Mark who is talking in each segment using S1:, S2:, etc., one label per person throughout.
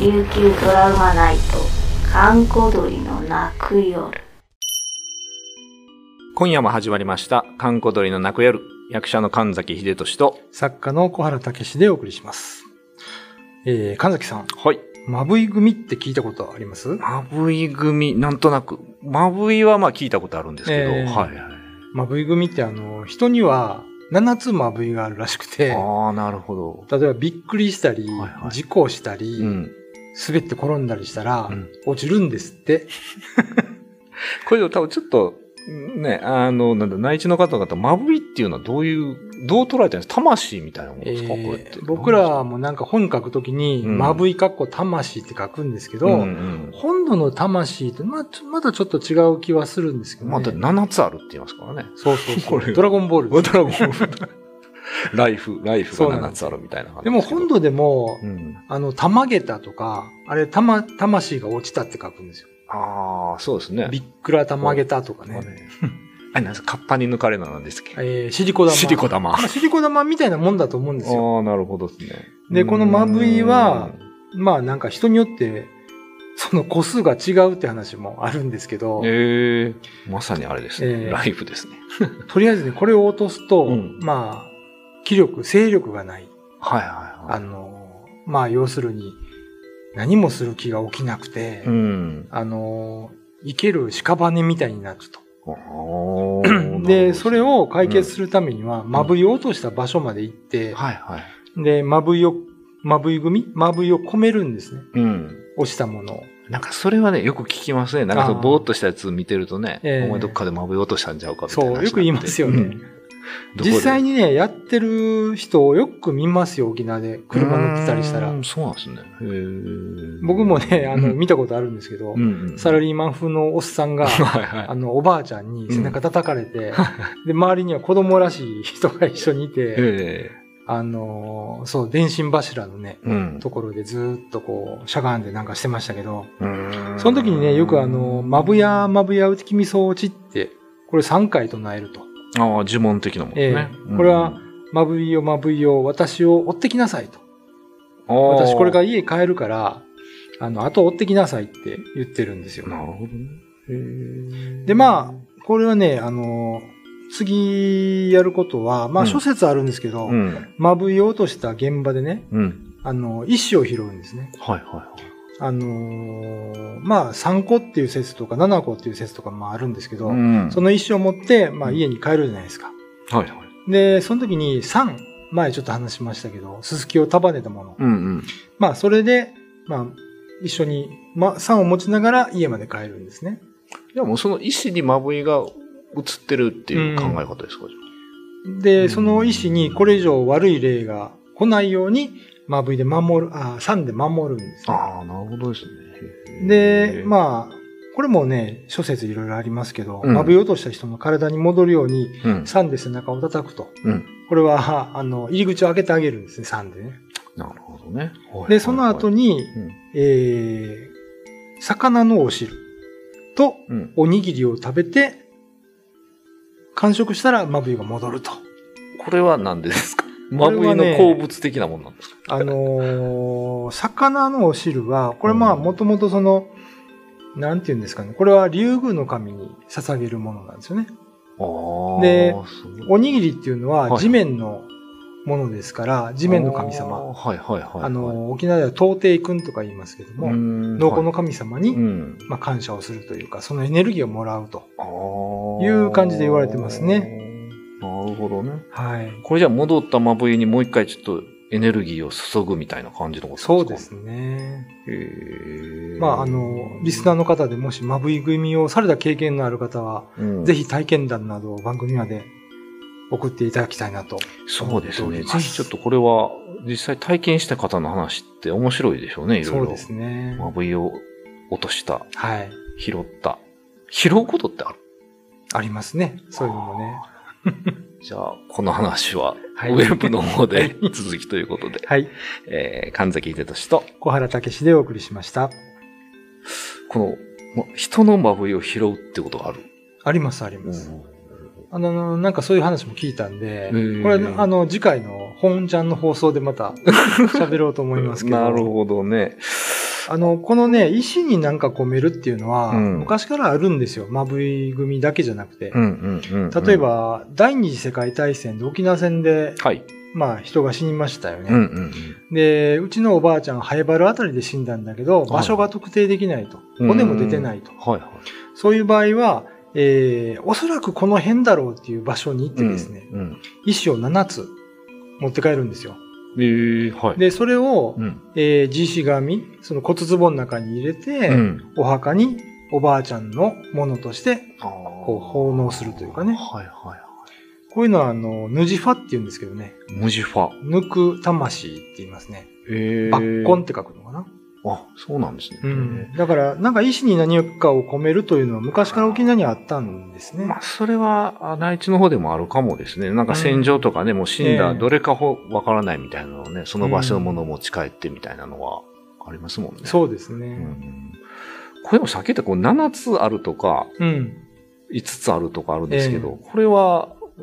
S1: 琉球ドラマナイト閑古鳥の泣く夜
S2: 今夜も始まりました「閑古鳥の泣く夜」役者の神崎秀俊と
S3: 作家の小原武史でお送りします。えー、神崎さん、
S2: はい
S3: まぶい組って聞いたことあります
S2: まぶい組なんとなくまぶいはまあ聞いたことあるんですけど、
S3: え
S2: は
S3: え
S2: いはい
S3: まぶい組ってあの、人には7つまぶいがあるらしくて、
S2: ああなるほど
S3: 例えばびっくりしたり、
S2: はいはい
S3: 事故したり、
S2: うん、
S3: 滑って転んだりしたら、
S2: うん
S3: 落ちるんですって。
S2: これでも多分ちょっとねあのなんだ内地の方々まぶいっていうのはどういうどう捉えてるんですか魂みたいなものですか、
S3: えー
S2: これって
S3: 僕らもなんか本書くときに、
S2: うん
S3: まぶいかっこ魂って書くんですけど、
S2: うんうん
S3: 本土の魂とまあ、ちょまだちょっと違う気はするんですけど、ね。
S2: まあ、だって7つあるって言いますからね。
S3: そうそう そ
S2: これ
S3: う。ドラゴンボールです。
S2: ドラゴンボール。ライフ、ライフ
S3: そう
S2: が
S3: な
S2: 7
S3: んです
S2: つあるみたいな感じ
S3: でも本、土でも、
S2: うん。
S3: あの、玉げたとか、あれ、たま、魂が落ちたって書くんですよ。
S2: ああ、そうですね。
S3: びっくら玉げたとか
S2: ね
S3: ね。。
S2: あれなんですかカッパに抜かれななんですっけ
S3: えー、シリコ玉。
S2: シリコ玉。あ
S3: まあシリコ玉みたいなもんだと思うんですよ。
S2: あ、なるほどですね。
S3: でこのまぶいは
S2: う
S3: まあなんか人によって、その個数が違うって話もあるんですけど
S2: ーん、ええまさにあれですね。
S3: えー
S2: ライフですね。
S3: とりあえずね、これを落とすと、
S2: うん
S3: まあ、気力、勢力がない。
S2: はいはいは
S3: あ
S2: い。
S3: の、まあ要するに、何もする気が起きなくて、
S2: うん。
S3: あの、生ける屍みたいになっちゃうと。
S2: あー
S3: で、それ、を解決するためには、まぶいを落とした場所まで行って、
S2: はいはい。
S3: で、まぶいを、まぶい組まぶいを込めるんですね。
S2: うん。
S3: 落ちたものを。
S2: なんかそれはね、よく聞きますね。なんかその
S3: あー
S2: ぼーっとしたやつ見てるとね、
S3: ええ
S2: お前どっかでまぶい落としたんちゃうかみたいな話に
S3: そ
S2: なっ
S3: う、
S2: て。
S3: よく言いますよ
S2: うん
S3: ね。実際にね、やってる人をよく見ますよ、沖縄で。車乗ってたりしたら
S2: うー。んそうなんですね。へー
S3: 僕もね、あの、
S2: うん
S3: 見たことあるんですけど、
S2: うんうん
S3: サラリーマン風のおっさ んが、
S2: はいはい
S3: あの、おばあちゃんに背中叩かれて、で、周りには子供らしい人が一緒にいて、
S2: え
S3: あの、そう、電信柱のね、
S2: えうん
S3: ところでずーっとこう、しゃがんでなんかしてましたけど、
S2: うーん
S3: その時にね、よくあの、まぶや、まぶやうきみそうちって、これ3回唱えると。
S2: ああ、呪文的なもんね。
S3: ええ
S2: うん
S3: これは、まぶいよ、まぶいよ、私を追ってきなさいと。私これか
S2: い
S3: ら家帰るから、あの、後追ってきなさいって言ってるんですよ。
S2: なるほどねへー。
S3: で、まあ、これはね、あの、次やることは、ま
S2: う
S3: あ
S2: ん
S3: 諸説あるんですけど
S2: う、ん。
S3: まぶいを落とした現場でね、
S2: うん。
S3: あの、石を拾うんですね。
S2: はいはい
S3: あのーまあ、3個っていう説とか7個っていう説とかもあるんですけど、
S2: はい。うん
S3: その石を持って、まあ、家に帰るじゃないですか。
S2: はいはい。
S3: で、その時に3、前ちょっと話しましたけど、すすきを束ねたもの。
S2: うんうん。
S3: まあ、それで、まあ、一緒に、まあ、3を持ちながら家まで帰るんですね。
S2: でもその意思にまぶいが映ってるっていう考え方ですか、う
S3: で、
S2: ん
S3: その石にこれ以上悪い霊が来ないように、まぶいで守る、あ、3で守るんです、ね。
S2: ああ、なるほどですね。
S3: で、
S2: あ、
S3: まあ、これもね、諸説いろいろありますけど、
S2: うん
S3: まぶい落とした人の体に戻るように、
S2: うん。
S3: 3で背中を叩くと。
S2: うん
S3: これは、あの、入り口を開けてあげるんですね、3でね。
S2: なるほどね。
S3: で、その後
S2: に、
S3: に、
S2: うん
S3: えー、魚のお汁と
S2: うん。
S3: おにぎりを食べて、完食したらまぶいが戻ると。
S2: これは何でですかま
S3: これ
S2: ぶい
S3: はね
S2: の好物的なもんなんですか
S3: あのー魚のお汁は、これまあ
S2: うん
S3: もともとその、なんて言うんですかね。これは竜宮の神に捧げるものなんですよね。
S2: あー
S3: で、
S2: そう
S3: おにぎりっていうの
S2: は
S3: はい地面のものですから、地面の神
S2: あ
S3: 様。
S2: ーはいはいはいはい。
S3: あのー、沖縄では東帝君とか言いますけども、農
S2: 農
S3: 耕の神様に、
S2: うん。
S3: まあ、感謝をするというか、そのエネルギーをもらうと。
S2: あー
S3: いう感じで言われてますね。
S2: なるほどね。
S3: はい。
S2: これじゃあ戻ったまぶいにもう一回ちょっとエネルギーを注ぐみたいな感じのことですか
S3: そうですね。
S2: へー
S3: まあ、あの、リスナーの方でもし、まぶい組をされた経験のある方は、
S2: うん
S3: ぜひ体験談などを番組まで送っていただきたいなと。
S2: そうです
S3: 思っ
S2: ね。
S3: ております
S2: ぜひちょっとこれは実際体験した方の話って面白いでしょうね、いろいろ。
S3: そうですね。
S2: まぶいを落とした、
S3: はい。
S2: 拾った。拾うことってある
S3: ありますね。そういうのもね。
S2: じゃあ、この話は、
S3: はい
S2: ウェブの方で 続きということで、
S3: はい。
S2: えー、神崎秀俊と、
S3: 小原武史でお送りしました。
S2: この、ま人のまぶいを拾うってことがある。
S3: あります、あります。あの、なんかそういう話も聞いたんで、
S2: ー
S3: これ、あの、次回の本ちゃんの放送でまた喋ろうと思いますけど。
S2: なるほどね。
S3: あの、このね、石になんか込めるっていうのは、
S2: うん
S3: 昔からあるんですよ。まぶい組だけじゃなくて。
S2: うんうんうんうん
S3: 例え、ば、第二次世界大戦で沖縄戦で、
S2: はい。
S3: まあ、人が死にましたよね。
S2: うんうん
S3: で、うちのおばあちゃん、ハエバルあたりで死んだんだけど、
S2: い
S3: 場所が特定できないと。
S2: うん
S3: 骨も出てないと。
S2: はいは
S3: そういう場合は、えー、おそらくこの辺だろうっていう場所に行っ
S2: い。
S3: てですね、
S2: うんうん
S3: 石を7つ持って帰るんですよ。
S2: えー、はい。
S3: で、それを
S2: う、ん
S3: えー、獅子紙、その骨壺の中に入れて、
S2: うん
S3: お墓におばあちゃんのものとして、
S2: こ
S3: う奉納するというかね
S2: はいはいは
S3: こういうのは、あの、ぬじファって言うんですけどね、
S2: い。文字ファ。
S3: 抜く魂って言いますね。
S2: え
S3: 抜根って書くのかな。
S2: あ、そうなんですね。
S3: うん。だから、なんか石に何かを込めるというのは昔から沖縄にはあったんですね。
S2: まあ、それは、あ内地の方でもあるかもですね。なんか戦場とかね、もう死んだ
S3: ええ
S2: どれかほわからないみたいなのをね、その場所のものを持ち帰ってみたいなのはありますもんね。
S3: そうです
S2: う
S3: ね。
S2: ん。これもさっき言ったこう7つあるとか、
S3: うん。
S2: 5つあるとかあるんですけど、
S3: え
S2: これは、う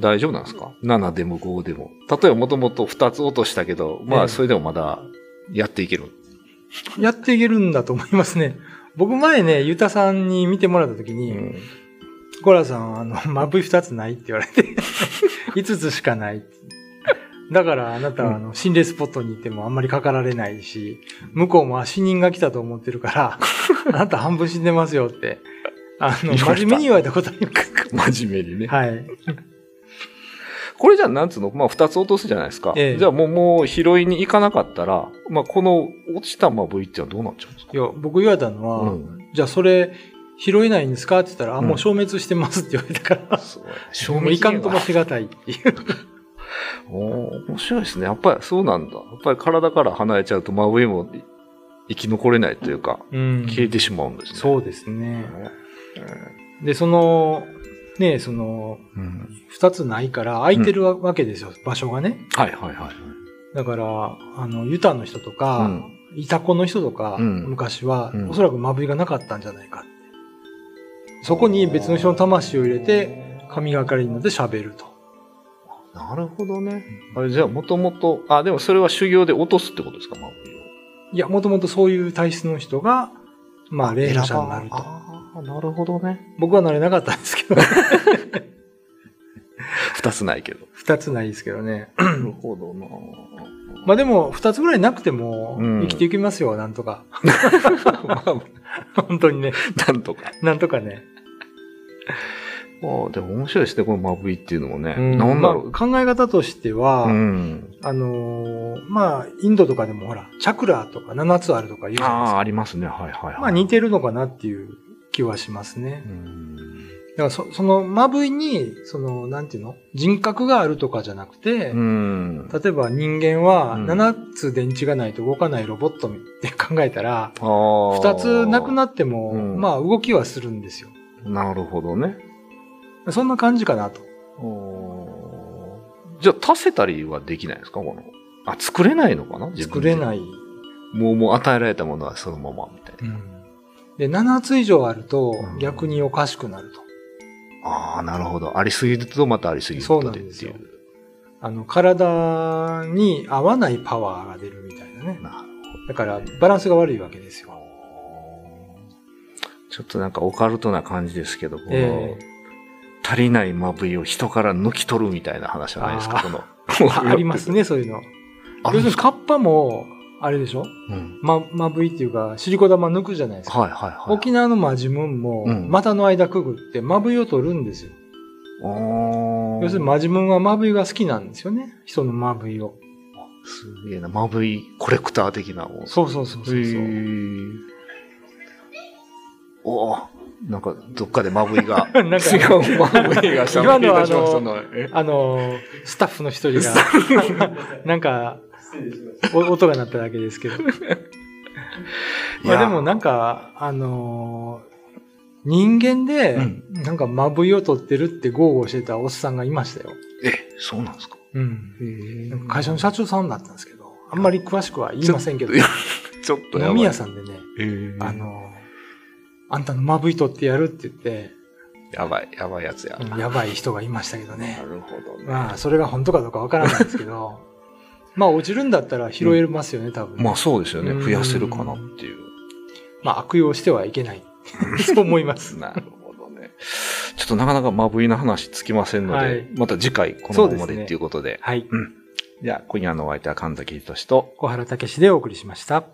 S2: 大丈夫なんですか ?7 でも5でも。例えばもともと2つ落としたけど、ま
S3: え
S2: あ
S3: え
S2: それでもまだやっていける。
S3: やっていけるんだと思いますね。僕前ね、ゆたさんに見てもらった時
S2: う
S3: に、
S2: ん
S3: コラさん、あの、 マブイ2つないって言われて、5つしかないって。だからあなた
S2: うん
S3: はあの心霊スポットに行ってもあんまりかかられないし、向こうもあ死人が来たと思って るから、あなた半分死んでますよって、あの、
S2: 言われた
S3: 真面目に言われたことあり ます。
S2: 真面目にね。
S3: はい。
S2: これじゃあ、なんつうの、まあ、二つ落とすじゃないですか。
S3: ええ
S2: じゃあ、もう、もう、拾いに行かなかったら、まあ、この落ちたまぶいってのはどうなっちゃうんですか
S3: いや、僕言われたのは、
S2: うん
S3: じゃあそれ拾えないんですかって言ったら、あ、
S2: うん
S3: もう消滅してますって言われ たから、
S2: そう
S3: も
S2: 賞
S3: う
S2: 味
S3: い
S2: 期限
S3: かんともしがたいって いう。
S2: おー面白いですね。やっぱりそうなんだ。やっぱり体から離れちゃうと、まぶいも生き残れないというか、
S3: うん
S2: 消えてしまうんですね。
S3: そうですね。で、その、ね、その、
S2: うん。
S3: 二つないから空いてるわけですよ、場所がね。
S2: はいはいはい。
S3: だから、あの、ユタの人とか、
S2: うん
S3: イタコの人とか、
S2: うん
S3: 昔は、
S2: うん
S3: おそらくまぶいがなかったんじゃないかって。そこに別の人の魂を入れて、神がかりになって喋ると。
S2: なるほどね。あれ、じゃあ、もともと、あ、でもそれは修行で落とすってことですか、まぶいを。
S3: いや、もともとそういう体質の人が、まあ、霊能者になると。
S2: ああ、なるほどね。
S3: 僕はなれなかったんですけど、
S2: 二つないけど。
S3: 二つないですけどね。
S2: なるほどな。
S3: まあでも、二つぐらいなくても、
S2: うん
S3: 生きていきますよ、なんとか。
S2: まあ、
S3: 本当にね、
S2: なんとか。
S3: なんとかね。
S2: ああ、でも面白いですね、このマブイっていうのもね。
S3: うん
S2: なんだろ
S3: まあ考え方としては、
S2: う。うん。
S3: あのーまあ、インドとかでもほら、チャクラとか7つあるとか言うじゃないです
S2: ああ、
S3: か。
S2: ありますね。はいはいはい。
S3: まあ似てるのかなっていう気はしますね
S2: う。ん。
S3: だからそ、その、まぶいに、その、なんていうの人格があるとかじゃなくて、
S2: うん。
S3: 例えば人間は
S2: うん
S3: 7つ電池がないと動かないロボットって考えたら、
S2: ああ。
S3: 2つなく
S2: な
S3: なっても、
S2: うん
S3: まあ動きはするんですよ。
S2: なるほどね。
S3: そんな感じかなと。
S2: おーじゃあ、足せたりはできないですかこの。あ、作れないのかな
S3: 作れ
S2: い。
S3: ない。
S2: もう、もう与えられたものはそのままみたいな。
S3: で、7つ以上あると
S2: うん
S3: 逆におかしくなると。
S2: ああ、なるほど。ありすぎるとまたありすぎる
S3: そ
S2: と
S3: うなん
S2: でっ
S3: です
S2: てい
S3: よ
S2: う。
S3: あの、体に合わないパワーが出るみたいなね。
S2: なるほど
S3: だから、バランスが悪いわけで すよ。
S2: ちょっとなんかオカルトな感じですけど、この、
S3: え
S2: 足りないまぶいを人から抜き取るみたいな話じゃないですか、
S3: あー
S2: この。
S3: えああります。ね、そういうの。
S2: あるんで
S3: 要する
S2: す
S3: に
S2: か
S3: カッパも、あれでしょ
S2: うん
S3: ま、まぶいっていうか、シリコ玉抜くじゃないですか。
S2: はいはいはい。
S3: 沖縄のマジムンも、
S2: うん
S3: 股の間くぐって、まぶいを取るんですよ。
S2: おー
S3: 要するにマジムンはまぶいが好きなんですよね。人のまぶいを。
S2: すげえな、まぶいコレクター的なもん。
S3: そうそうそうそうそ
S2: へ
S3: う。
S2: ーおーなんかどっかでまぶい が。
S3: なんか
S2: 違うまぶいがしゃ
S3: 今
S2: り
S3: の
S2: 出
S3: はあ
S2: しました
S3: の
S2: ね。え
S3: あの、スタッフの一人が、なんか、お音が鳴っただけですけど。
S2: い
S3: ま
S2: や
S3: あでもなんか、あのー人間で、
S2: うん
S3: なんかまぶいを取ってるって豪語してたおっさんがいましたよ。
S2: え、そうなんですか。
S3: うん。なんか
S2: 会
S3: 会社の社長さんだったんですけど、あんまり詳しくは言いませんけど、
S2: ちょっとやばい。
S3: 飲み屋さんでね、
S2: えー
S3: あのーあんたのまぶい取ってやるって言って、
S2: やばい、やばいやつや。
S3: うんやばい人がいましたけど
S2: な
S3: ね。
S2: るほどね。
S3: まあ、それが本当かどうかわからないんですけど、まあ落ちるんだったら拾えますよね、多分。
S2: まあそうですよね。
S3: うん
S2: 増やせるかなっていう。
S3: まあ悪用してはいけない。 そう思います。
S2: なるほどね。ちょっとなかなかまぶいな話つきませんので、
S3: はい
S2: また次回このま
S3: そう
S2: ま
S3: です
S2: で
S3: ね
S2: っていうことで。
S3: はい。
S2: じゃあ、今夜のお相手は神崎仁と、
S3: 小原武史でお送りしました。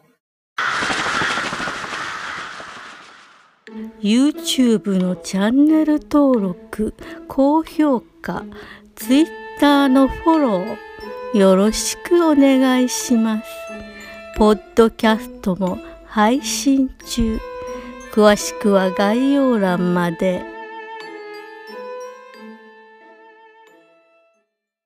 S4: YouTube のチャンネル登録高評価 Twitter のフォローよろしくお願いしますポッドキャストも配信中詳しくは概要欄まで。